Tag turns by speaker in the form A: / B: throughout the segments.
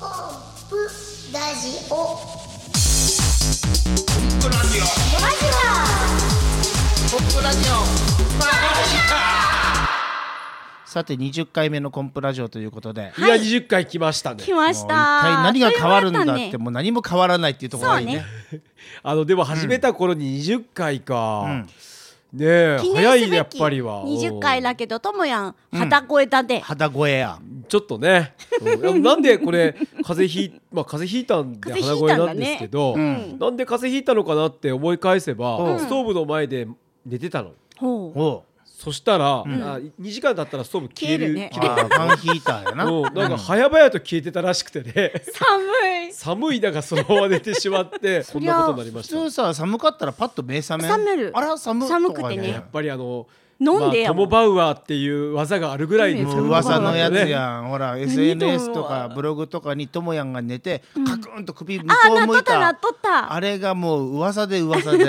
A: ップラジオ
B: ポップラジオ
A: ラジ
B: ポップラジオさて20回目のコンプラジオということで、
C: いや20回来ましたね
D: 来ま
B: もう
D: し
B: 一
D: た
B: 体何が変わるんだって
D: そういうものあたね
B: もう何も変わらないっていうところがいいね
C: あのでも始めた頃に20回か、
B: ん
C: ねえ
D: 記
C: 早い
D: 念す
C: ね
D: べ
C: やっ
D: き
C: ぱりは
D: 20回だけどともやん旗越えたで、
B: 肌声や
C: うんちょっとね、うんなんでこれ風邪ひいまあ風邪ひいたんで
D: 風
C: 鼻
D: 邪ひい
C: 声
D: たん
C: な
D: だね
C: んですけど、
D: ん
C: なんで風邪ひいたのかなって思い返せば、
B: うん
C: ストーブの前で寝てたの
D: ほう
B: おう
C: そしたら、あ2時間経ったらストーブ消える
D: 消えるね
B: あーファンヒーターやな
C: うんなんか早々と消えてたらしくて ね
D: 寒い
C: 寒い中そのまま寝てしまってこん
D: りゃ
C: なことになりま
B: 普
C: した
B: 通さ寒かったらパッと目覚めん
D: 覚める
B: あら寒
D: 寒くて
B: と
D: ね
B: か
C: やっぱりあの
D: 飲
C: ま
D: んで
C: あ
D: や
C: ト
D: も
C: モ
D: ん
C: バウアーっていう技があるぐらい
D: も
B: もう噂のやつやんほら SNS とかブログとかにともやんが寝てカクンと首向こ
D: あー
B: う
D: なっ
B: 向
D: と
B: い
D: ったな
B: た
D: っとった
B: あれがもう噂で噂 で
C: みん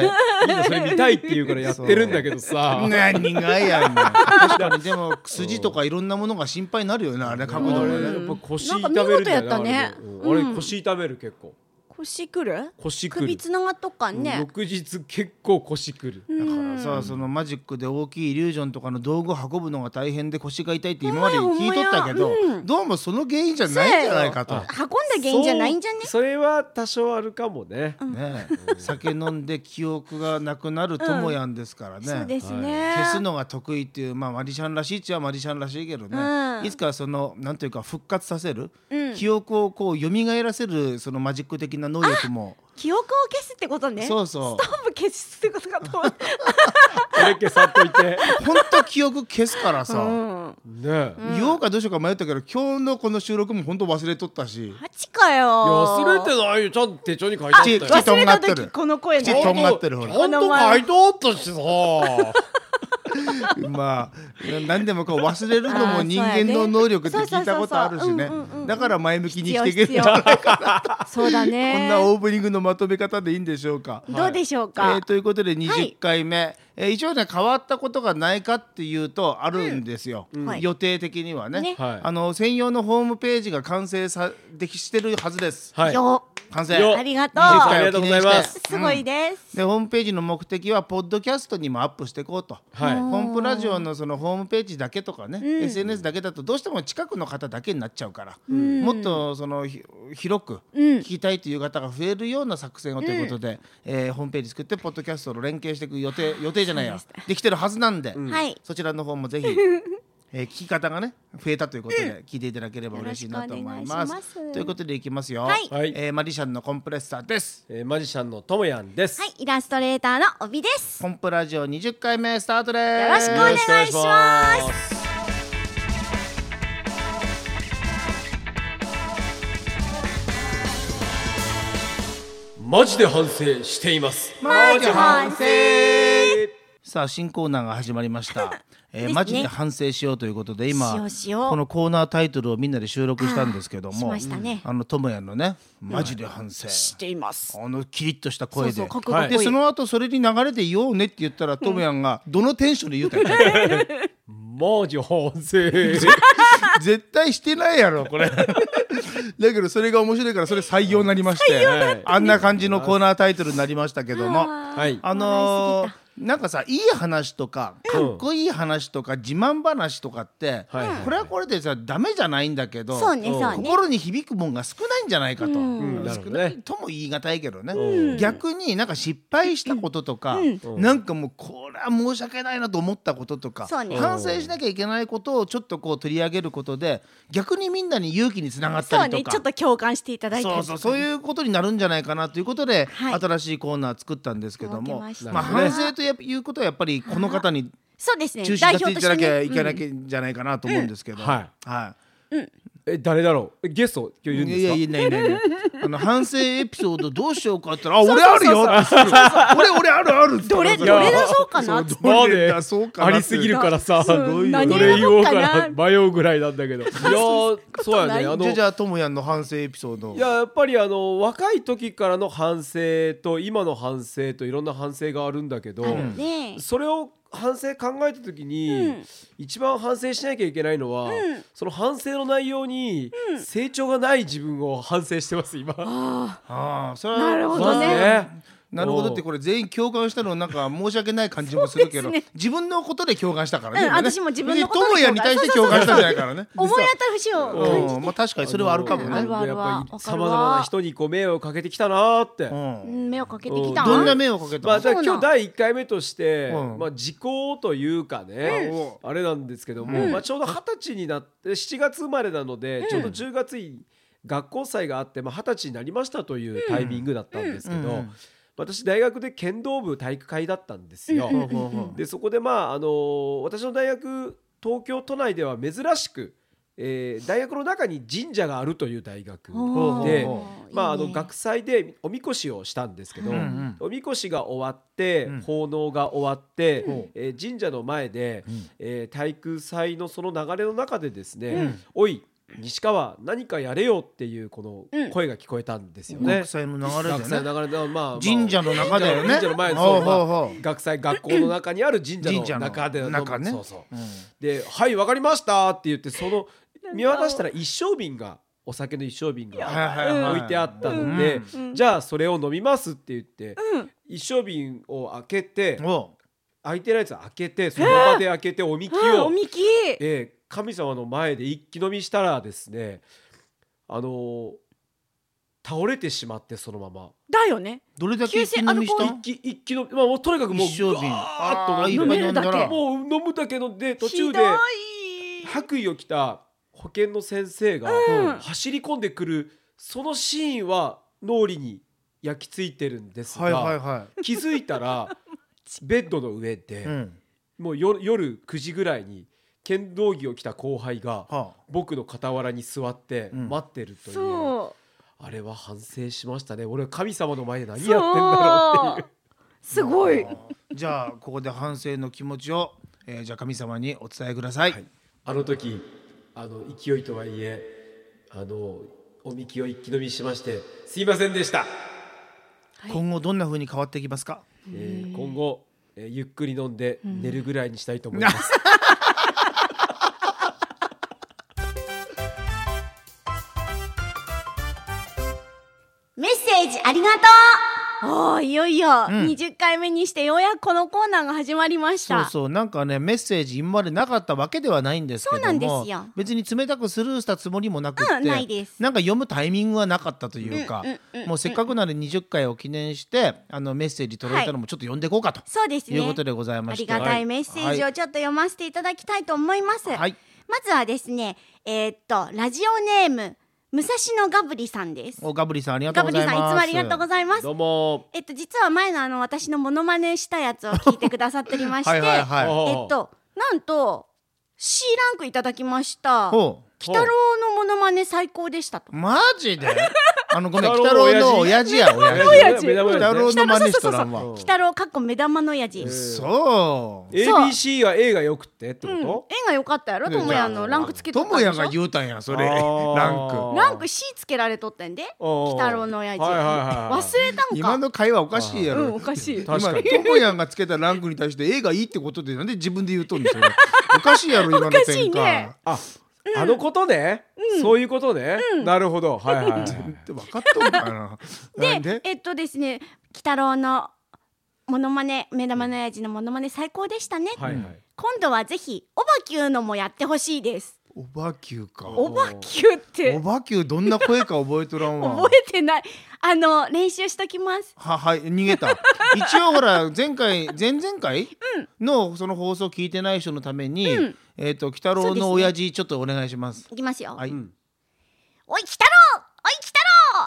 C: なそれ見 たいって言うからやってるんだけどさ
B: 何がやんの確かにでも筋とかいろんなものが心配になるよねあれ
C: あ
B: 角度
C: れ
B: がね
C: やっぱ腰
D: なん
C: 痛
D: か
C: め
D: 見
C: るん
D: 事
C: だ
D: や
C: よ
D: ったね
C: あれあれ腰痛める結構
D: 腰くる
C: 腰くる
D: 首つながっとっかんね、
C: 翌日結構腰くる
B: だからさそのマジックで大きいイリュージョンとかの道具を運ぶのが大変で腰が痛いって今までに聞いとったけど
D: ほんまやほんまやうん
B: どうもその原因じゃないんじゃないかと
C: そうや。
D: 運んだ原因じゃないんじゃね
C: そうそれは多少あるかもね
B: ねえ、酒飲んで記憶がなくなるともやんですからね。
D: そうですね、
B: 消すのが得意っていう、まあ、マリシャンらしいっちゃマリシャンらしいけどね、
D: うん
B: いつかそのなんていうか復活させる、
D: うん
B: 記憶をこう蘇らせるそのマジック的な能力も、
D: 記憶を消すってことね
B: そううそ
D: ストーブ消すってことかと思った
C: それ消さっといて
B: うほんと記憶消すからさ、
D: うん
C: ねえ
B: 言おうかどうしようか迷ったけど今日のこの収録もほんと忘れとったし
D: マジかよ
C: いや忘れてないよちゃんと手帳に書いてあったよ
B: 口口
D: 忘れた
B: とんがってる
D: 時この声
B: 口と
D: ね
B: んがってるほら
C: ちゃんと書いてあったしさ
B: まあな何でもこう忘れるの
D: あ
B: も
D: ー
B: 人間の能力って
D: そうやね
B: 聞いたことあるしね
D: そうそうそうそううんうんうん
B: だから前向きに生
D: 必
B: き
D: 要
B: ていける
D: 必
B: ん
D: 要
B: じゃないか
D: そうだ
B: こん
D: ね
B: なオープニングのまとめ方でいいんでしょうか。
D: どうでしょう
B: え
D: か、
B: ーということで20回目、えー一応ね変わったことがないかっていうとあるんですよ、
D: んはい
B: 予定的にはね
D: ね
C: はい
B: あの専用のホームページが完成さできしてるはずです、
C: はい
D: よ
B: 完成
C: よ
D: ありがと
B: 20
C: あ
B: 回
C: り
D: う
C: がとうございます
D: すごいです、
B: でホームページの目的はポッドキャストにもアップしていこうと。
C: はい
B: コンプラジオのそのホームページだけとかね、SNS だけだとどうしても近くの方だけになっちゃうから、もっとそのひ広く聞きたいという方が増えるような作戦をということで、えーホームページ作ってポッドキャストと連携していく予定予定じゃないやできてるはずなんで、
D: はい
B: そちらの方もぜひ。えー聞き方がね増えたということで聞いていただければ嬉しいなと思います。
D: よろしくお願いします
B: ということでいきますよ、
D: はい
C: はい
B: えーマリシャンのコンプレッサーです。
C: えーマジシャンのともやんです
D: はいイラストレーターの帯です
B: コンプラジオ20回目スタートです。
D: よろしくお願いします
C: マジで反省しています
B: マジ
D: 反省
B: さあ新コーナーが始まりま した、えー
D: ですね
B: マジで反省しようということで今
D: しようしよう
B: このコーナータイトルをみんなで収録したんですけども
D: あーしましたね
B: あのともやのねマジで反省、
D: しています
B: あのキリッとした声で
D: そうそうかっこいい
C: はい
B: でその後それに流れて「ようね」って言ったらともやんがどのテンションで言うたか
C: マジ反省
B: 絶対してないやろこれ だけどそれが面白いからそれ採用になりまして
C: はい
B: あんな感じのコーナータイトルになりましたけども。
C: はい
B: あのーなんかさいい話とかかっこいい話とか自慢話とかって、
C: はいはい
B: これはこれでさダメじゃないんだけど
D: そうねそうね
B: 心に響くもんが少ないんじゃないかと、
C: んなるほ
B: 少
C: ど
B: な
C: ね
B: いとも言い難いけどね、逆になんか失敗したこととか、なんかもうこれは申し訳ないなと思ったこととか、
D: そうね
B: 反省しなきゃいけないことをちょっとこう取り上げることで逆にみんなに勇気につながっ
D: そ
B: た
D: う
B: りと
D: ね
B: か。
D: ちょっと共感していただいたり
B: そう
D: とか
B: そうそういうことになるんじゃないかなということで、
D: はい
B: 新しいコーナー作ったんですけども
D: 設け
B: ま
D: ました
B: あ、反省ということはやっぱりこの方に
D: そうですね
B: 中心
D: 代
B: になっ
D: 表
B: て
D: と
B: い
D: した
B: だきゃ
D: てね
B: いけなきゃいけないかなと思うんですけど、
C: うんはいえ誰だろうえゲスト今日いるん
B: いやいや
C: で
B: いないいないいないあの反省エピソードどうしようかって言ったら「あ俺あるよ」ってすぐ俺俺あるある」って
D: どれ
B: い
D: ど
B: や
D: れ出そうかなって
C: すかマジ
B: どれ
C: で
B: 出そうかな
C: あ
B: って
C: りすぎるからさ
D: そう
C: どういう
D: 何
C: どれ言おうかな
D: 選ぼう
C: 迷うぐらいなんだけどいやーそうやねあの
B: じゃあじゃあともやんの反省エピソード
C: いややっぱりあの若い時からの反省と今の反省といろんな反省があるんだけど、
D: ねえ
C: それを反省考えた時に、
D: うん
C: 一番反省しなきゃいけないのは、その反省の内容に成長がない自分を反省してます今。
D: あ
B: ああそれ
D: あ
B: は
D: なるほど
C: まず
D: ね。
C: ね
B: なるほどってこれ全員共感したのなんか申し訳ない感じもするけど、
D: そうですね
B: 自分のことで共感したからね,、
D: うん私も自分のことで
B: で友也に対して共感したんじゃないからね
D: 思い当たる節を感じ
B: うんまあ確かにそれはあるかもね、
D: あるわ
C: やっぱ
D: わかるわ
C: りさまざまな人にこう迷惑をかけてきたなーって。
B: うん
D: うん目をかけてきた。
B: どんな迷惑かけた
C: ま
B: の、
C: あ、だから
D: そう
C: 今
D: なん
C: 日第1回目として、
B: うん
C: まあ、時効というかね、あれなんですけども、まあ、ちょうど二十歳になって7月生まれなので、ちょうど10月に学校祭があってまあ二十、歳になりましたというタイミングだったんですけど、
B: うん
C: 私大学で剣道部体育会だったんですよ。
B: ほうほうほう
C: でそこでまあ、あの私の大学東京都内では珍しく、えー大学の中に神社があるという大学
D: おー
C: で。
D: いいね
C: まあ、あの学祭でおみこしをしたんですけど、
B: うんうん
C: おみこしが終わって、
B: うん
C: 奉納が終わって、
B: うん
C: えー神社の前で、
B: うん
C: えー体育祭のその流れの中でですね「
B: うん
C: おい西川何かやれよ」っていうこ
D: うん
C: の声が聞こえたんですよね
B: 国。際の流れ
C: 学祭
B: でね
C: の流れで、まあまあ、
B: 神社の中だよね
C: 神社の前の
B: ほ
C: そうう、ま
B: ほう
C: あ
B: ほう、
C: 学祭学校の中にある神社
B: 神社
C: の
B: の
C: 中での
B: 中ね
C: そうそ
B: う
C: う
B: ん
C: で「はいわかりました」って言ってその見渡したら一升瓶がお酒の一升瓶が
B: はいはいはい
C: 置いてあったので、
D: うん
C: じゃあそれを飲みますって言って、
D: うん
C: 一升瓶を開けて
B: お
C: 開いてないやつ開けてその場で開けておみき
D: うんお
C: を、
D: みき。
C: えー神様の前で一気飲みしたらですねあのー倒れてしまってそのまま
D: だよね。
B: どれだけ一気
D: 急性ア
B: 飲
D: ル
B: みし
D: コ
B: た
D: ール
C: 一気一気飲み、まあ、もうとにかくもう
B: 一生瓶
C: ガーッと
B: あーいっぱい飲んだ
D: 飲めるだ
B: ら
D: け
C: もう飲むだけので途中
D: ひ
C: で
D: どい。
C: 白衣を着た保健の先生が
D: うん
C: 走り込んでくるそのシーンは脳裏に焼き付いてるんですが、
B: はいはいは
C: 気づいた らベッドの上
B: い、
C: で、
B: うん
C: もう夜夜9時ぐらいに剣道着を着た後輩が
B: は
C: 僕の傍らに座って
B: うん
C: 待ってるという、
D: そう。
C: あれは反省しましたね俺は神様の前で何やってんだろうって
D: そ
C: いう
D: う。すごい。
B: あじゃあここで反省の気持ちを、えー、じゃあ神様にお伝えください、
C: あの時あの勢いとはいえあのおみきを一気飲みしましてすいませんでした、
B: 今後どんな風に変わっていきますか
C: えー今後、えーゆっくり飲んで寝るぐらいにしたいと思います、
A: メッセージありがと
D: おお、いよいよ
B: ん
D: 二十回目にしてようやくこのコーナーが始まりまし
B: そう
D: た。
B: そうなんかねメッセージ今までなかったわけではないんですけども
D: そうなんですよ
B: 別に冷たくスルーしたつもりもなくって、
D: うんないです
B: んか読むタイミングはなかったというか、もうせっかくなので20回を記念してあのメッセージ届いたのもちょっと読んでいこうかと、
D: そうです
B: い、
D: ね。
B: うことでございま
D: あ
B: し
D: り
B: て
D: がたいメッセージ
B: は
D: をちょっと読ませていただきたいと思います。
B: はい
D: まずはですね、えーっとラジオネーム武蔵野ガブリさんです。
B: おガブリさんありがと
D: ガ
B: う
D: ブ
B: ご
D: リ
B: ざい
D: さ
B: ます
D: んいつもありがとうございます
C: ど。うも
D: えっと実は前のあの私のモノマネしたやつを聞いてくださっておりまして、
B: はいはいはい
D: えっとなんと C ランクいただきました。
B: ほう
D: 北郎のモノマネ最高でしたと。
B: マジ であのごめん
C: 鬼
B: 北
C: 太郎
B: 郎
C: の
B: の親父や親父
D: 親父
C: 目玉
B: 北郎
C: 親父ね
B: の真似したらんわ
C: そうそうそうそう
D: 北郎かっこ目玉のやじ。
C: う
D: うんん、
B: そう
D: そう
C: ABC は A がよくってって
D: 絵
C: こ
D: が良かったやろ。
B: ね
D: ともやのランクつけと
B: と
D: ったん
B: も
D: でし
B: や
D: ょ。
B: が言うたんやそれ
C: あ
B: ラ
C: ー
B: ンク
D: ランク C つけられとったんで。
C: と
D: 鬼太郎の親父。
C: はいはいはい
D: 忘れたんか。
B: 今の会話おかしいやろ、
D: うんおかしい。
C: 確かに
B: 今トモヤンがつけたランクに対して A がいいってことでなんで自分で言うとんですよ おかしいやろ今の
D: おか
B: 展
D: しい
B: 開
D: ね
C: ああのことね、そういうことね、なるほどはいはいはい
B: 分かっとんかななん
D: で えっとですね鬼太郎のモノマネ目玉の親父のモノマネ最高でしたね、
C: はいはい
D: 今度はぜひオバキューのもやってほしいです
B: おばきゅうか
D: オバキューって
B: おばきゅうどんな声か覚えとらんわ
D: 覚えてないあの練習しときます
B: ははい逃げ た一応ほら前回前々回のその放送聞いてない人のために、えっ、と鬼太
D: そ
B: 郎
D: うですね
B: の親父ちょっとお願いします
D: いきますよ、
B: はい、
D: おい鬼太郎おい鬼太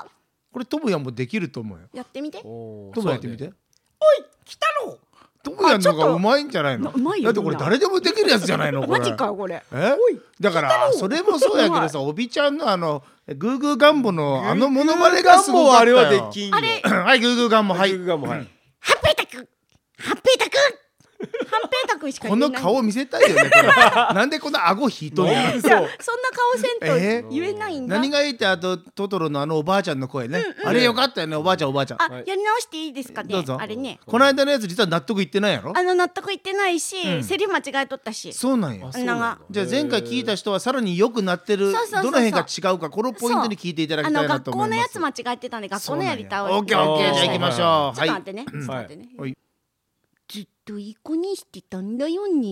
D: 郎
B: これトモヤンもできると思うよ
D: やってみて
C: おー
B: トモヤンやってみて、
D: 鬼太郎
B: トモヤンの方
D: あちょっ
B: が
D: と
B: うまいんじゃないの
D: うまい
B: だ
D: よ
B: ってこれ
D: みんな
B: 誰でもできるやつじゃないのこれ
D: マジかこれ
B: えだからそれもそうやけどさおびちゃんのあのグーグーガンボのあのモノマネがすごか
C: ガ
B: っ
C: ンボは
B: た
C: あれ
B: よ
C: はできんよ
D: あれ
B: はいグーグーガンボはい
C: グーグーガンボはい
D: ハッピータクハッピータクはんぺんたくんしか
B: こ
D: 言えな
B: の
D: い
B: 顔見せたいよねこれ なんでこんな顎引いとんや
D: じゃあそんな顔せん
B: えー
D: と言えないんだ、
B: 何がいいってあとトトロのあのおばあちゃんの声ね、あれよかったよねおばあちゃんおばあちゃん
D: あ、
C: はい
D: やり直していいですかね
B: どうぞ
D: あれね
B: この間のやつ実は納得いってないやろ
D: あの納得いってないし、
B: ん
D: セリフ間違えとったし
B: そうなんよ
D: あそうなんだ
B: じゃあ前回聞いた人はさらに良くなってる
D: そうそうそうそう
B: どの辺が違うかこのポイントに聞いていただきたいなと思います
D: あの学校のやつ間違えてたんで学校のやりたい
B: オッケーオッケーじゃあ行きましょう
D: ちょっと待ってね、
C: い
D: ちょっと待ってね、
B: はい
D: ずっといい子にしてたんだよね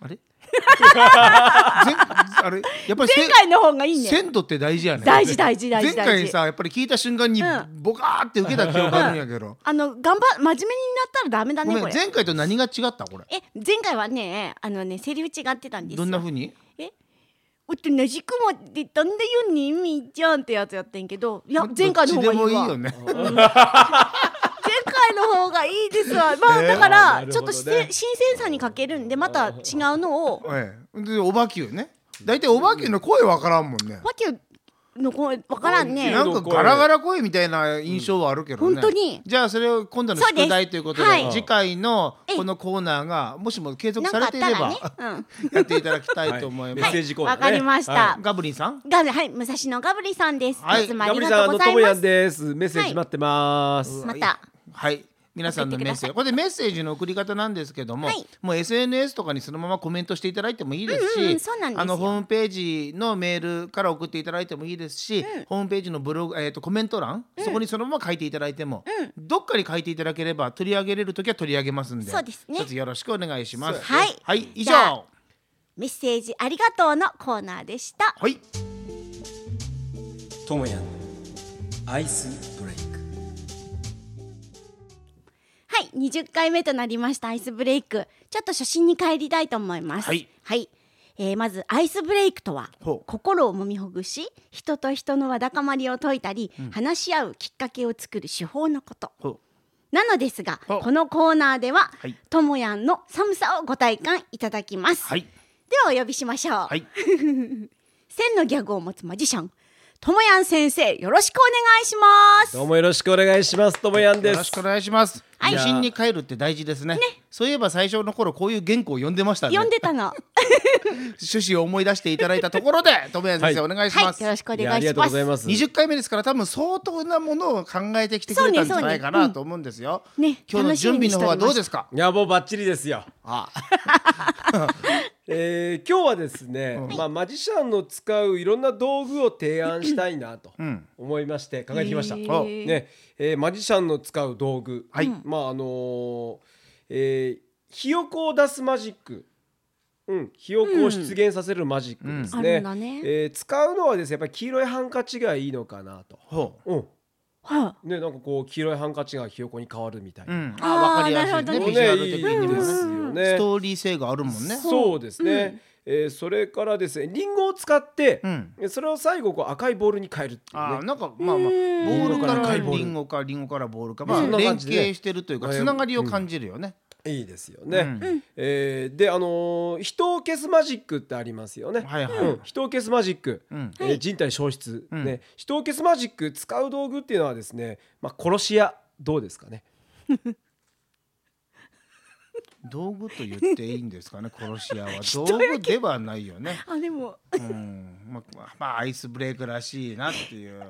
B: あれ前あれやっぱりせ
D: 前回の方がいいね
B: 鮮度って大事やね
D: 大事大事大事
B: 前
D: 大
B: 回
D: 事
B: さやっぱり聞いた瞬間に
D: うん
B: ボカーって受けた記憶あるんやけど、
D: あの頑張真面目になったらダメだ
B: ご
D: ね
B: めん
D: これ
B: 前回と何が違ったこれ
D: え前回はねあのねセリフ違ってたんですよ
B: どんな風に
D: おとなしくもってたんだよねみーちゃんってやつやってんけどいや
B: ど
D: 前回の方がいい
B: どっちでもいい
D: わ
B: よね
D: 前回の方がいいですわまあだ
C: な
D: か
C: る
D: ら
C: ほどね
D: ちょっとしせ新鮮さに欠けるんでまた違うのを
B: ええでおばきゅうね大体おばきゅうの声わからんもんね
D: わけの声わからんね
B: な
C: うん
B: かガラガラ声みたいな印象はあるけどね、
D: うん本当に
B: じゃあそれを今度の
D: そうです
B: 宿題ということで
D: はい
B: 次回の
D: ええ
B: このコーナーがもしも継続
D: なん
B: さ
D: かあ
B: れい
D: ってた
B: れ
D: ら
B: ば
D: ね、うん
B: やっていただきたいと思い
C: メ
B: ま
C: ッ
B: す、
C: セージコーナー
D: わ
C: ね
D: かりました
B: ガブリンさん
D: がはい武蔵野ガブリさんです
B: はい
D: いつもあ
C: ガ
D: り
C: ブリ
D: が
C: さんあ
D: とうご
C: の
D: ざ
C: と
D: い
C: もや
D: ま
C: ん
D: す
C: ですメッセージ待ってます、
D: また
B: はい皆さんのメッセージこれでメッセージの送り方なんですけども、
D: はい
B: もう SNS とかにそのままコメントしていただいてもいいですし、
D: うんうんうんそうなんですよ
B: あのホームページのメールから送っていただいてもいいですし、ホームページのブログ、えー、とコメント欄、そこにそのまま書いていただいても、どっかに書いていただければ取り上げれる時は取り上げますんで
D: そうですね
B: 一つよろしくお願いします。
D: そうですね
B: はい、以上
D: じゃあメッセージありがとうのコーナーでした
B: はい
E: ともやんアイスブレイク
D: はい、二十回目となりましたアイスブレイク。ちょっと初心に帰りたいと思います。
B: はい。
D: えーまずアイスブレイクとは
B: ほう
D: 心をもみほぐし人と人のわだかまりを解いたり、話し合うきっかけを作る手法のこと
B: ほ
D: なのですが
B: ほう
D: このコーナーでは
B: はい
D: ともやんの寒さをご体感いただきます、
B: はい
D: ではお呼びしましょう、
B: はい
D: 千のギャグを持つマジシャンともやん先生よろしくお願いします
C: どうもよろしくお願いしますともやんで
B: よ
C: す
B: ろしくお願いします。
C: い
B: 初心に帰るって大事ですねそういえば最初の頃こういう原稿を読んでましたね
D: 呼んでたのは
B: 趣旨を思い出していただいたところ で、友谷先生、
C: は
B: お願いします。
D: いよろしくお願いします
C: やありがとうございます
B: 20回目ですから多分相当なものを考えてきてくれたんじゃないか
D: そうねそう
B: な
D: ね
B: と思うんですよ。
D: うんね
B: 今日の準備の方はどうですか。
C: いやもうバッチリですよ。
B: あ
C: えー今日はですね、まあマジシャンの使ういろんあの道具を提案したいなと
B: ん
C: 思いまして考えてきました。
D: へー
C: ね、えーマジシャンの使う道具、
B: はい
C: まああのーえーひよこを出すマジック。うん、ひよこを出現させるマジックです
D: うんあ
C: ね。
D: るんだね
C: えー使うのはですね、やっぱり黄色いハンカチがいいのかなと。
B: ほ。
C: うん、
D: あ
C: ね、なんかこう黄色いハンカチがひよこに変わるみたいう
B: う
C: な。
B: ん。
D: あー
B: わかりやすい
D: な
B: ね。
D: るほどね
B: ビ
C: ね
B: ジュアル的
C: いい
B: に
C: で
B: も。
C: す
B: ス
C: よね。
B: トーリー性があるもんね。
C: そうですね、えーそれからですねリンゴを使って、
B: うん
C: それを最後こう赤いボールに変えるっていう
B: あ
C: ね
B: ーなんかまあまあボールか
C: うん
B: ら
C: 赤いボール
B: リンゴかリンゴからボールかま
C: そ
B: あ
C: んな感
B: 連
C: じで
B: 携してるというか
C: うん
B: つながりを感じるよね。
C: いいですよね、
B: うん
C: えーであのー人を消すマジックってありますよね、
B: はいはい
C: うん人を消すマジック、
B: うん
C: えー人体消失、
B: ん
C: ね、人を消すマジック使う道具っていうのはですね、まあ、殺し屋どうですかね
B: 道具と言っていいんですかね。殺し屋は 道具ではないよね。
D: でも
B: うん。まあまあアイスブレイクらしいなっていう。
D: は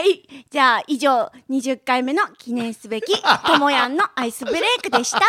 D: い、じゃあ以上20回目の記念す べきともやんのアイスブレイクでした。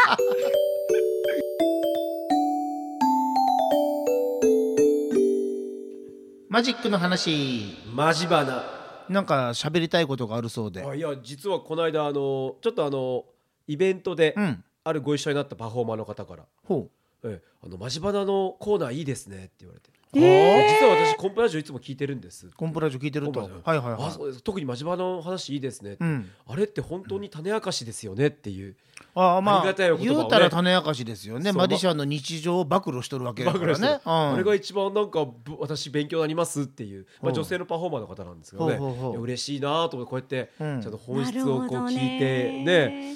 B: マジックの話
C: マジバナ
B: なんか喋りたいことがあるそうで、
C: あいや実はこの間、あのーちょっとあのーイベントで、
B: うん
C: あるご一緒になったパフォーマーの方から
B: ほ
C: ええ、あのマジバナのコーナーいいですねって言われて、
B: え
C: 実は私コンプラジオいつも聞いてるんです
B: うコンプラジオ聞いてると
C: コ
B: は
C: ンプラ
B: い
C: ジオ
B: はい
C: あ
B: は
C: そ
B: いう
C: です特にマジバナの話いいですね、
B: うん
C: あれって本当に種明かしですよねっていう
B: ああ
C: あ
B: ま
C: り
B: あ
C: がたいお言葉をね
B: 言うたら種明かしですよね
C: そう
B: マジシャンの日常を暴露しとるわけだか
C: バグラ
B: ら
C: スで、
B: ね、うん、
C: あれが一番なんかぶ私勉強になりますっていう、まあ、女性のパフォーマーの方なんですけどね
B: ほうほうほう
C: いや嬉しいなと思ってこうやってち
B: うん
C: ゃんと本質をこう
D: なるほど
C: 聞い
D: ね
C: てね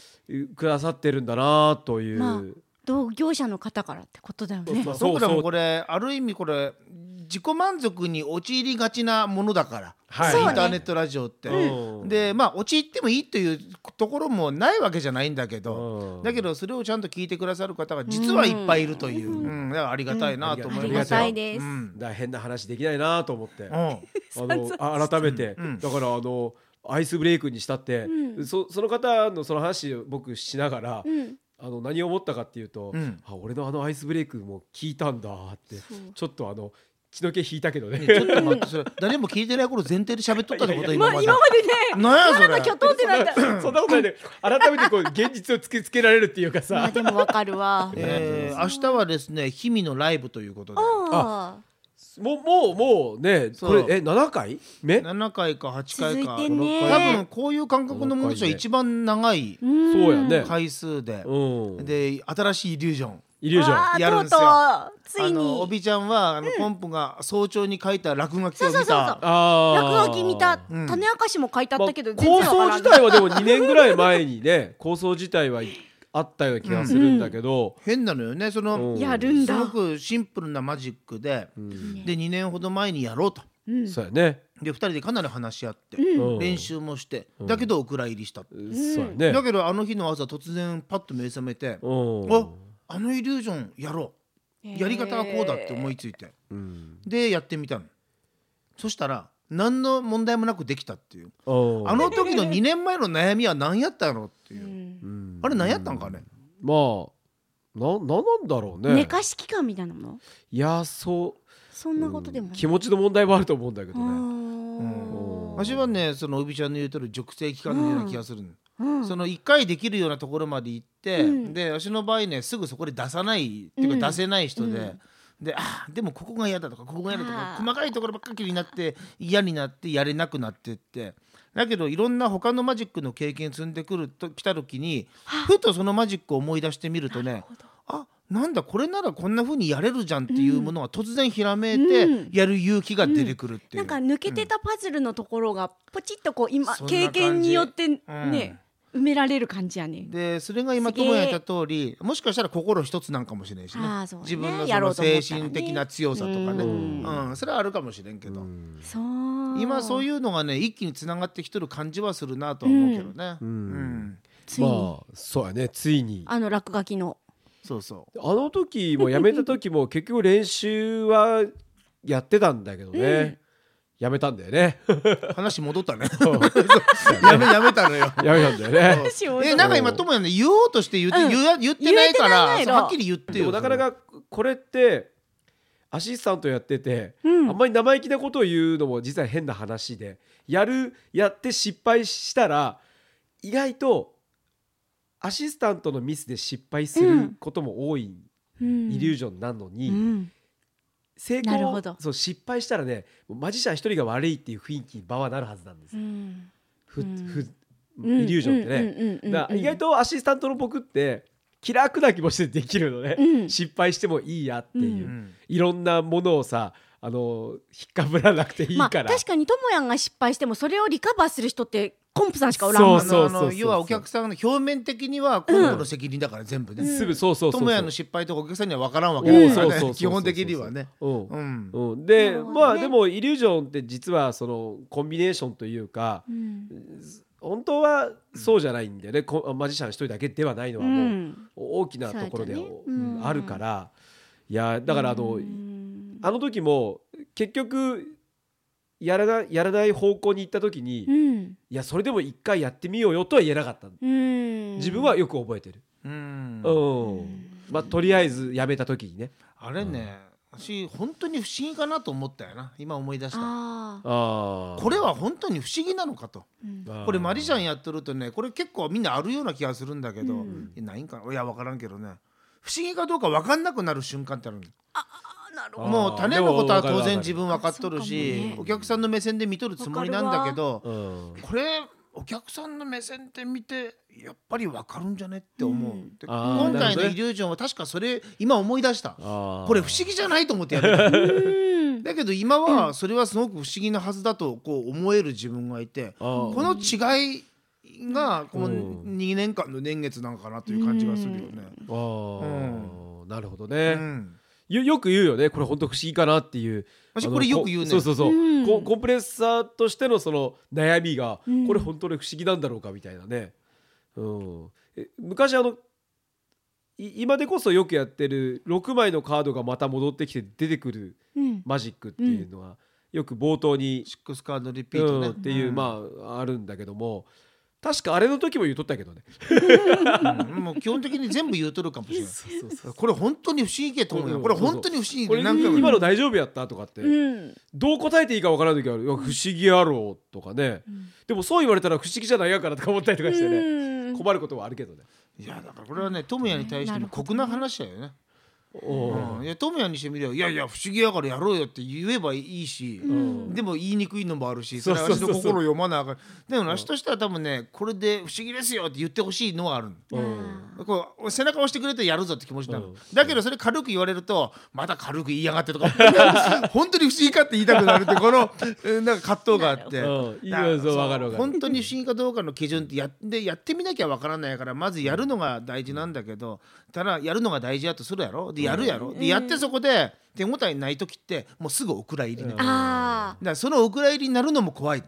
C: くださってるんだなという、
D: まあ同業者の方からってことだよね。
C: まあそう
B: 僕ら
C: そ
B: も
C: う
B: これある意味これ自己満足に陥りがちなものだから、
C: はい
B: インターネットラジオって。
C: うん
B: でまあ陥ってもいいというところもないわけじゃないんだけ
C: う
B: ど
C: ん
B: だけどそれをちゃんと聞いてくださる方が実はいっぱいいるという、うんだからありがたいなと思いますよ
D: ありがたいで
B: う
D: す
B: ん
C: だから変な話できないなと思って。
B: うん
C: あのあ改めて、
B: ん
C: だからあのアイスブレイクにしたって、そその方のその話を僕しながら、あの何を思ったかっていうと、
B: うん
C: あ俺のあのアイスブレイクも聞いたんだってちょっとあの血の気引いたけどね。
B: ちょっと待ってそれ誰も聞いてない頃前提で喋っとったってこと今まで。
D: 今までね
B: なんやそ
D: ただ
B: れ
D: のキョトンってなっ た
C: そんなことないで改めてこう現実を突きつけられるっていうか
D: ま
C: さ
D: あでもわかるわ
B: えー、明日はですね氷見のライブということで
D: あ
C: もうもうもうね
B: そう
C: これえ7回目
B: 7回か8回か
D: 続いてね
B: 多分こういう感覚のものとしては一番長い
C: そうやね、
B: 回数で、
C: うん、
B: で新しいイリュージョン
C: イリュージョン
D: あ
B: やるん
D: とう
B: ですよ
D: とうつ
B: あ
D: い
B: のお
D: に
B: びちゃんはあの、ポンプが早朝に書いた落書きを見た
D: そうそうそう
C: あー
D: 落書き見た
B: うん
D: 種明かしも書いてあ
C: ま
D: っ
C: あ
D: たけど全然
C: 構
D: わか
C: 想
D: ら
C: 自
D: ん
C: 体はでも2年ぐらい前にね 構想自体はいあったような気がするんだけど、
B: 変なのよねその、
C: うん
D: やるん
B: す
D: だ
B: ごくシンプルなマジックで、
C: ん
B: で2年ほど前にやろうと
C: そうやね、
B: で2人でかなり話し合って、
C: うん
B: 練習もして、だけどお蔵入りしたって、
C: そうや
B: だ
C: ね、
B: けどあの日の朝突然パッと目覚めて、
C: うん
B: ああのイリュージョンやろうやり方はこうだって思いついて、
C: うん
B: でやってみたのそしたら何の問題もなくできたっていう
C: うん
B: あの時の2年前の悩みは何やったのっていう、
C: うん
B: あれ何やったんかね、
C: まあななんなんだろうね
D: 寝かし期間みたいなの
C: いやそ
D: そんなことでも
C: う
D: ない
C: 気持ちの問題もあると思うんだけど
D: あ
C: ね
D: ー
B: 私はねそのおびちゃんの言うとり熟成期間のような気がするの、
D: うん
B: その1回できるようなところまで行って、
D: うん
B: で私の場合ねすぐそこで出さないっていう
D: うん
B: か出せない人で。
D: うん
B: であーでもここが嫌だとかここが嫌だとか
D: あー
B: 細かいところばっかりになって嫌になってやれなくなってってだけどいろんな他のマジックの経験積んでくると来た時にふとそのマジックを思い出してみるとねあなんだこれならこんな風にやれるじゃんっていうものが突然ひらめいて
D: うん
B: やる勇気が出てくるっていう。
D: なんか抜けてたパズルのところがポチッとこう今
B: そんな感じ
D: 経験によってね埋められる感じやね。
B: でそれが今
D: すげ
B: と
D: え
B: もやった通りもしかしたら心一つなんかもしれんしね
D: あーそうね
B: 自分のそ
D: やろ
B: の
D: うと思った
B: 精
D: らね
B: 神的な強さとかね
D: う
B: うん、それはあるかもしれんけど、
D: そう。
B: 今そう
D: いう
B: いうのがね一気につながってきとる感じはするなとは思うけどね、うん
D: ついに
C: まあそうやねついに
D: あの落書きの
B: そうそう
C: あの時もやめた時も結局練習はやってたんだけどね、やめたんだよね
B: 話戻った ねやめやめたのよ
C: やめたんだよね
D: 私も
B: えなんか今ともやね言おうとして言って、
D: うん
B: 言わ言ってないから
D: 言えてないの
B: そうはっきり言って
C: で
B: よ
C: もなかなかこれってアシスタントやってて、
D: うん
C: あんまり生意気なことを言うのも実は変な話でやるやって失敗したら意外とアシスタントのミスで失敗す
D: う
C: る
D: ん
C: ことも多い、イリュージョンなのに、
D: うん
C: 成
D: なる
C: 功
D: ほど
C: そう失敗したらねマジシャン一人が悪いっていう雰囲気に場はなるはずなんです
D: う
C: よ、
D: ん
C: ふ
D: うん
C: ふ
D: うん
C: イリュージョンってね。
D: うんうんうんうん
C: だから意外とアシスタントの僕って気楽な気持ちでできるのね、
D: うん
C: 失敗してもいいやっていう、
D: う
B: うん
C: いろんなものをさあの引っかぶらなくていい
D: まあ
C: から、
D: 確かにともやんが失敗してもそれをリカバーする人ってコンプさんしかおらん
C: そ
D: も
C: うん
B: あ
D: ね
B: のあ
C: そうそうそう
B: の要はお客さんの表面的には今度の責任だから全部ね、
C: すぐそうそうそう
B: 友也の失敗とかお客さんには分からんわけ
C: う
B: だ
C: ん
B: か
C: そうそう
B: ら
C: そうそう
B: ね基本的にはね。
C: うん
B: うん
C: うん、で、
D: なるほどね
C: まあでもイリュージョンって実はそのコンビネーションというか、本当はそうじゃないんだよね、こマジシャン一人だけではないのはもう、
D: うん
C: 大きなところで、
D: そうだね
C: うん
D: うん
C: あるからいやだからあの、
D: うん
C: あの時も結局やらなやらない方向に行った時に、
D: う
C: い
D: ん
C: やそれでも一回やってみようよとは言えなかった、
D: うん
C: 自分はよく覚えてる、
B: うん
C: うんまあとりあえずやめた時にね
B: あれね、私本当に不思議かなと思ったよな今思い出した
D: ああ
C: あ
B: これは本当に不思議なのかとこれマジシャンやってるとねこれ結構みんなあるような気がするんだけど、いやないんかないや分からんけどね不思議かどうか分かんなくなる瞬間ってあるの
D: なるほど
C: あー
B: もう種のことは当
C: でもわかるわかる
B: 然自分分かっとる
D: そうか
B: し、
D: もね
B: お客さんの目線で見とるつもりなんだけど、
C: うん
B: これお客さんの目線で見てやっぱり分かるんじゃねって思う、で
C: あー
B: 今
C: な
B: 回の
C: るほど
B: イ
C: ね
B: リュージョンは確かそれ今思い出した
C: あー
B: これ不思議じゃないと思ってやめた だけど今はそれはすごく不思議なはずだとこう思える自分がいて
C: あ
B: こ
C: ー
B: の違いがこの
C: うん
B: 2年間の年月なのかなという感じがするよね。
C: あーなるほどね、
B: うん
C: いよよく言うよねこれ本当不思議かなっていう
B: 私
C: あの
B: これよく言うね
C: そうそうそう、ココンプレッサーとしてのその悩みが、これ本当に不思議なんだろうかみたいなね、うん、え昔あのい今でこそよくやってる6枚のカードがまた戻ってきて出てくる
D: うん
C: マジックっていうのは、よく冒頭に
B: シックスカードリピートね、
C: うんっていう、
B: ん
C: まああるんだけども確かあれの時も言うとったけどね
B: うんもう基本的に全部言うとるかもしれないこれ本当に不思議やと思うよこれ本当に不思議
C: これ
B: で何回も
C: 今の大丈夫やったとかって、
D: うん
C: どう答えていいかわからない時あるいや不思議やろうとかね、でもそう言われたら不思議じゃないやからとか思ったりとかしてね
D: うん
C: 困ることはあるけどね。
B: いやだからこれはね智也に対しても酷な話だよね。
C: おう
B: うん、いや智也にしてみれば「いやいや不思議やからやろうよ」って言えばいいし、でも言いにくいのもあるしそれは私の
C: そうそうそうそう
B: 心を読まなあかんでも私としては多分ねこれで「不思議ですよ」って言ってほしいのはあるのこう背中押してくれてやるぞって気持ちになる、
C: うん
B: だけどそれ軽く言われるとまた軽く言いやがってとか 本当に不思議かって言いたくなるってこのえなんか葛藤があって
C: なるほどうん
B: だから
C: いやそうわかるわかる
B: 本当に不思議かどうかの基準ってやでやってみなきゃわからないからまずやるのが大事なんだけどただやるのが大事やとするやろでやるやろでやってそこで手応えない時ってもうすぐお蔵入りね、だか
D: あ
B: らそのお蔵入りになるのも怖い。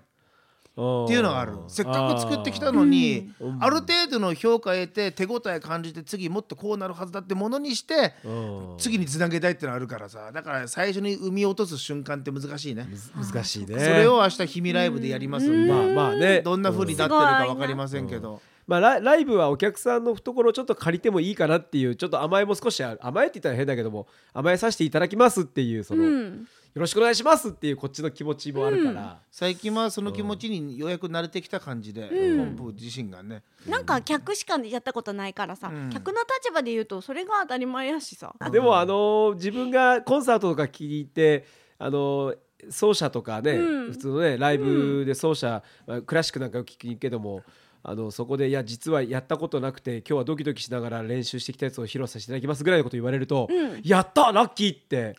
B: っていうのがあるせっかく作ってきたのにあ,、る程度の評価得て手応え感じて次もっとこうなるはずだってものにして
C: うん
B: 次につなげたいってのあるからさだから最初に生み落とす瞬間って難しいね、
C: 難しいね。
B: それを明日「君ライブ」でやりますんで、
C: まあまあね。
B: どんな風になってるか分かりませんけど、
C: まあ、ラライブはお客さんの懐をちょっと借りてもいいかなっていうちょっと甘えも少しある甘えって言ったら変だけども甘えさせていただきますっていうその、よろしくお願いしますっていうこっちの気持ちもあるから、
B: 最近はその気持ちにようやく慣れてきた感じで、本部自身がね
D: ーなんか客しかやったことないからさ、
B: うん
D: 客の立場で言うとそれが当たり前やしさ、
C: でもあのー自分がコンサートとか聞いてあのー奏者とかね、
D: うん
C: 普通のねライブで奏者、まあクラシックなんかよく聞くけどもあのそこでいや実はやったことなくて今日はドキドキしながら練習してきたやつを披露させていただきますぐらいのこと言われると、
D: うん
C: やったラッキーって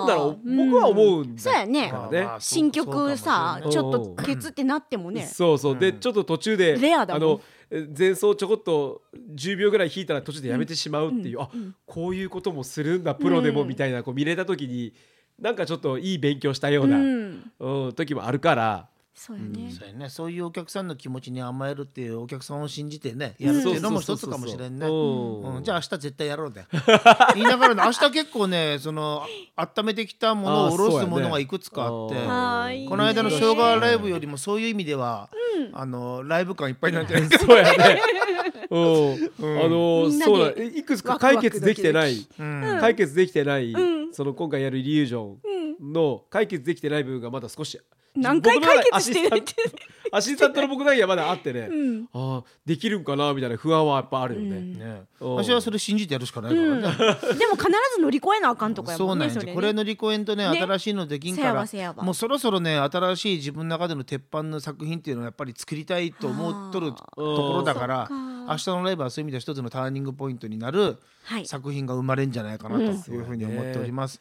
C: フ
D: ー
C: ァンなら僕は思うんだ
D: そうやね
C: からね
B: まあ
D: 新曲さ
B: そうかもしれない
D: ちょっとケツってなってもね
C: そうそうでちょっと途中で
D: レアだ
C: あ
D: もん
C: のえ前奏ちょこっと10秒ぐらい弾いたら途中でやめてしまうっていう、あこういうこともするんだプロでもみたいなこう見れた時になんかちょっといい勉強したよう
D: う
C: な、
D: ん
C: うん、時もあるから
D: そうやね、
B: そうやねそういうお客さんの気持ちに甘えるっていうお客さんを信じてねやるっていうのも一つかもしれんね。
C: うん
B: うん、じゃあ明日絶対やろうぜ 言いながらね明日結構ねそのあ温めてきたものを
C: あー
B: 下ろ
C: そう
B: す
C: やね
B: ものがいくつかあって
C: あー
D: はーい
B: この間の
D: いい
B: 生
D: ね
B: 姜ライブよりもそういう意味では、あのライブ感いっぱいなんじゃないですか。
C: そうやね、うん、あの
D: みんなで
C: そうだいくつか解決できてない
B: うん
C: 解決できてない、その今回やるイリュージョンの解決できてない部分がまだ少し
D: 何回
C: 僕の中で
D: 解決してるって
C: アシスタントアシスタントの僕の中にはまだあってね、ああできるんかなみたいな不安はやっぱあるよね、
B: ね、
C: うん
B: 私はそれ信じてやるしかないからね。
D: でも必ず乗り越えなあかんとかや
B: そ
D: も
B: うんなん
D: ね
B: や
D: そ
B: ね
D: れね
B: これ乗り越えんとね
D: ね
B: 新しいのできん
D: せ
B: か
D: や
B: ら
D: わせやわ
B: もうそろそろね新しい自分の中での鉄板の作品っていうのをやっぱり作りたいと思っとるところだから明日のライブはそういう意味では一つのターニングポイントになる
D: はい
B: 作品が生まれんじゃないかなというふうに思っております。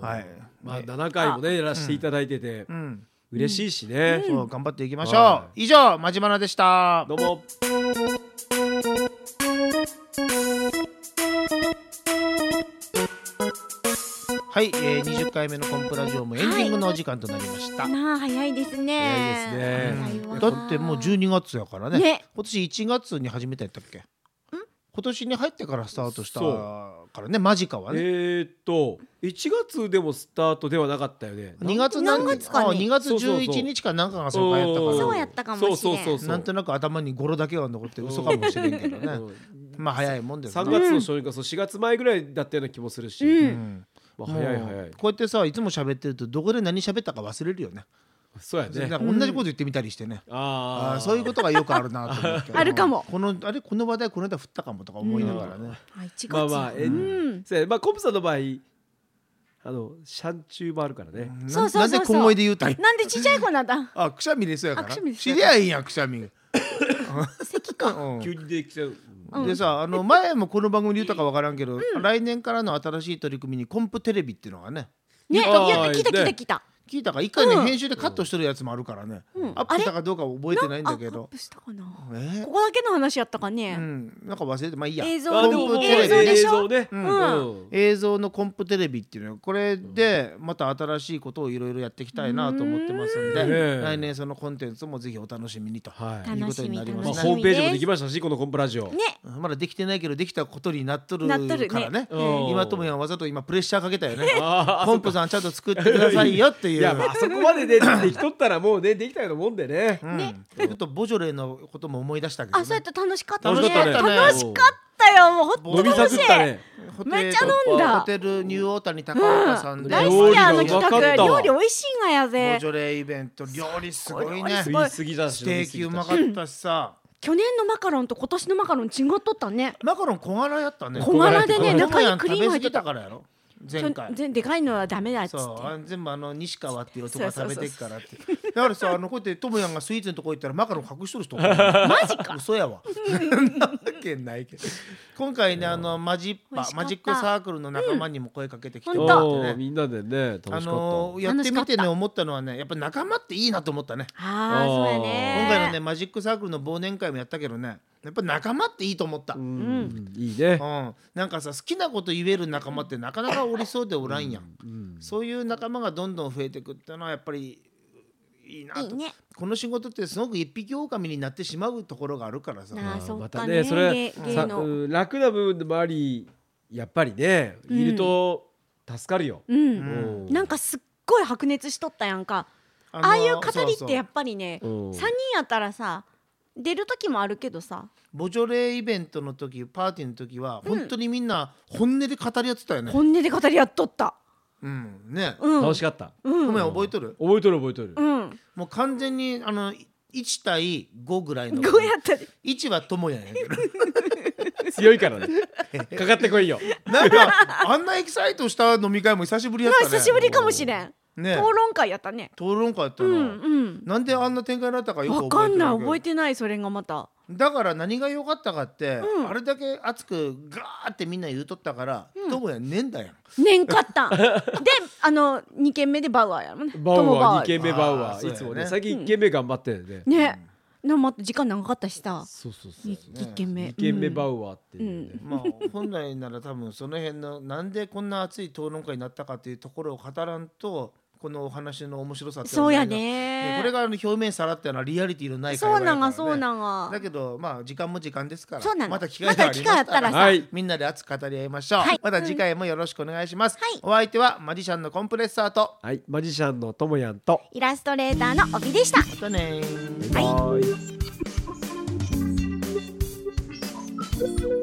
B: はい、
C: まあ、7回もねやらせていただいてて、
B: うん、
C: 嬉しいしね、
B: そう頑張っていきましょ
C: は
B: う。以上まじまなでした
C: ど。うも
B: はい、えー、20回目のコンプラジオもエンディングのお時間となりました。
D: なあ早いですね
C: 早いですね
D: 早いわ
B: だってもう12月やからね
D: ね
B: 今年1月に始めたんやったっけ今年に入ってからスタートした
C: そう
B: からねマジかはね、
C: えーっと1月でもスタートではなかったよね
B: 2月なん
D: 何月かに
B: あ2月
C: そうそうそう
B: 11日かなんかがそうかやったから
D: そうやったかもしれん
C: そうそうそうそう
B: なんとなく頭に語呂だけは残って嘘かもしれんけどねまあ早いもんですな
C: 3月の初日かそう4月前ぐらいだったような気もするし、
B: うん
C: まあ、
B: もう
C: 早い早い
B: こうやってさいつも喋ってるとどこで何喋ったか忘れるよね
C: そうや
B: な
C: ね
B: んか同じこと言ってみたりしてね、
C: あ
B: あ
C: あ
B: ーそういうことがよくあるなと思って
D: あるかも
B: このあれこの話題この間振ったかもとか思いながらね、
D: あ1月
C: まあまあ、えそうやねまあコブさんの場合あのシャン中もあるからね、
D: そうそうそうそう
B: なぜ小声で言うたんや
D: なんでちっちゃい子なんだ
B: あくしゃみでそうやか
D: あく
B: ら
D: しゃみです
B: 知りゃいいんやくしゃみ咳か、うん
C: 急にできちゃう
B: でさあの前もこの番組で言ったかわからんけど、来年からの新しい取り組みにコンプテレビっていうのがね
D: ね
C: あー
D: いや来た
C: ね
D: 来た来た
B: 聞いたか一回ね、編集でカットしてるやつもあるからね、アップしたかどうかは覚えてないんだけ
D: あアッ
B: ど
D: プしたかな
B: えー
D: ここだけの話やったか
B: う
D: ね、
B: ん、なんか忘れてまあいいや
D: 映像
C: あ
D: の
C: でも
B: コン
C: もう
B: プテ
D: 映像
B: レビ
D: でしょ
C: 映像ね
B: う
C: うん
B: 映像のコンプテレビっていうのはこれでまた新しいことをいろいろやっていきたいなと思ってますんで
C: うんねえ
B: 来年そのコンテンツもぜひお楽しみにと、
C: はい
B: い、う
D: 楽
B: ことに
D: しみ
B: な
D: 楽
B: り
D: しみ
B: ま
D: です
C: まあ
B: ね
C: ホームページもできましたしこのコンプラジオ
D: ね
B: まだできてないけどできたことになっとる
D: なっとるね
B: からね
C: うん
B: 今ともやわざと今プレッシャーかけたよね
C: あー
B: コンプさんちゃんと作ってくださいよっていう
C: いやまああそこまででできとったらもうねできたようなもんでね
B: うんちょっとボジョレーのことも思い出したけど、ね、
D: あそうやって楽しかったね
B: 楽しかったね
D: 楽しかったよもうほん
C: 飲み
D: と
C: さ
D: 楽
C: く
D: し
C: っ
D: い
C: たね
B: ホテル
D: めっちゃ飲んだ
B: ホテルニューオータニ高岡さんで、
D: 大
B: ボ
D: 好きやあの
C: 料理がうま
D: 企
C: かった
D: 画料理美味しいがやぜ
B: ジョレーイベント料理すごいね
C: 食いすぎだし
B: ステーキうまかったしさ、
D: 去年のマカロンと今年のマカロン違っとったね
B: マカロン小柄やったね
D: 小柄で
B: 小
D: ね
B: 柄
D: 中にクリー
B: 食べ
D: ム入
B: 過
D: って
B: ぎ
D: た
B: たからやろ
D: ちょ
B: 前回
D: 全でかいのはダメだっつっ
B: そ
D: て
B: うあ全部あの西川っていう男が食べてっからってだからさあのこうやってともやんがスイーツのとこ行ったらマカロン隠しとる人マジか嘘やわ なんだけないけど今回ねあのマジッ
D: 美
B: パ
D: 味しかった
B: マジックサークルの仲間にも声かけてきて
D: うん
B: も
D: 本
B: らって
D: 当
B: ね、
C: うんみんなでね楽
B: あ
C: しかっ
B: のやってみ
D: 楽してかっ
B: ね
D: た
B: 思ったのはねやっぱ仲間っていいなと思ったね
D: ああそうやね
B: 今回のねマジックサークルの忘年会もやったけどねやっぱ仲間っていいと思った、
C: たうんいいね
B: うん、なんかさ好きなこと言える仲間ってなかなかおりそうでおらんやん、そういう仲間がどんどん増えてくってのはやっぱりいいなと
D: いいね
B: この仕事ってすごく一匹狼になってしまうところがあるからさ
D: なあそ
C: ま
D: ったか
C: ね
D: ね
C: それ
D: 芸芸
C: さ
D: の
C: うん楽な部分もありやっぱりねいると助かるよ
D: う
B: うんん
D: なんかすっごい白熱しとったやんか
B: あの
D: ああいう語り
B: そ
D: っ
B: う
D: て
B: そ
D: や
B: う
D: っぱりね
C: うん
D: 3人やったらさ出る時もあるけどさ
B: ボジョレーイベントの時パーティーの時は本当にみんな本音で語り合ってたよね、
D: 本音で語り合っとった
B: うん、ね、
D: うん
C: 楽しかった覚
B: ごめん覚えとる
C: えとる覚えとる
D: うん
B: もう完全にあの1対5ぐらいの
D: こうやったり
B: 1は友也やけど
C: 強 いからねかかってこいよ
B: なんかあんなエキサイトした飲み会も久しぶりやっ
D: まあ
B: たね。
D: 久しぶりかもしれん
B: ね
D: 討論会やったね
B: 討論会やった
D: う
B: な、
D: んうん
B: なんであんな展開になったかよく
D: わ
B: 覚え
D: か
B: て
D: んない覚え
B: け
D: てないそれがまた
B: どだから何が良かったかって、
D: うん
B: あれだけ熱くガーってみんな言うとったから、ともやねえんだよ。
D: 年かったんであの二軒目でバウアーやもんね
C: バウ
D: トモ
C: アー2
D: ー
C: 軒目バウア
B: あーそうや
C: ーい
B: ね
C: つもね最近1軒目頑張ってるね
D: ねなまた時間長かったしさ
C: そうそうそう
D: 一軒目
C: 2軒目
D: うん
C: バウアーっていうね
B: まあ本来なら多分その辺のなんでこんな熱い討論会になったかっていうところを語らんとこのお話の面白さっていうの
D: そう
B: は
D: や
B: ね
D: ね
B: これがあの表面さらってのはリアリティのない会
D: そ
B: 話
D: う
B: やから
D: な
B: ね
D: んがそうなんが
B: だけどまあ時間も時間ですから
D: そうなの
B: また機会
D: また
B: があり
D: 機会
B: ま
D: あっ
B: した
D: た
B: らさ、
D: らさ
C: はい
B: みんなで熱く語り合いましょう、
D: はい
B: また次回もよろしくお願いします、
D: はい
B: お相手はマジシャンのコンプレッサーと
C: はいマジシャンのともやんと
D: イラストレーターの帯でした
B: またねー
C: バイバイ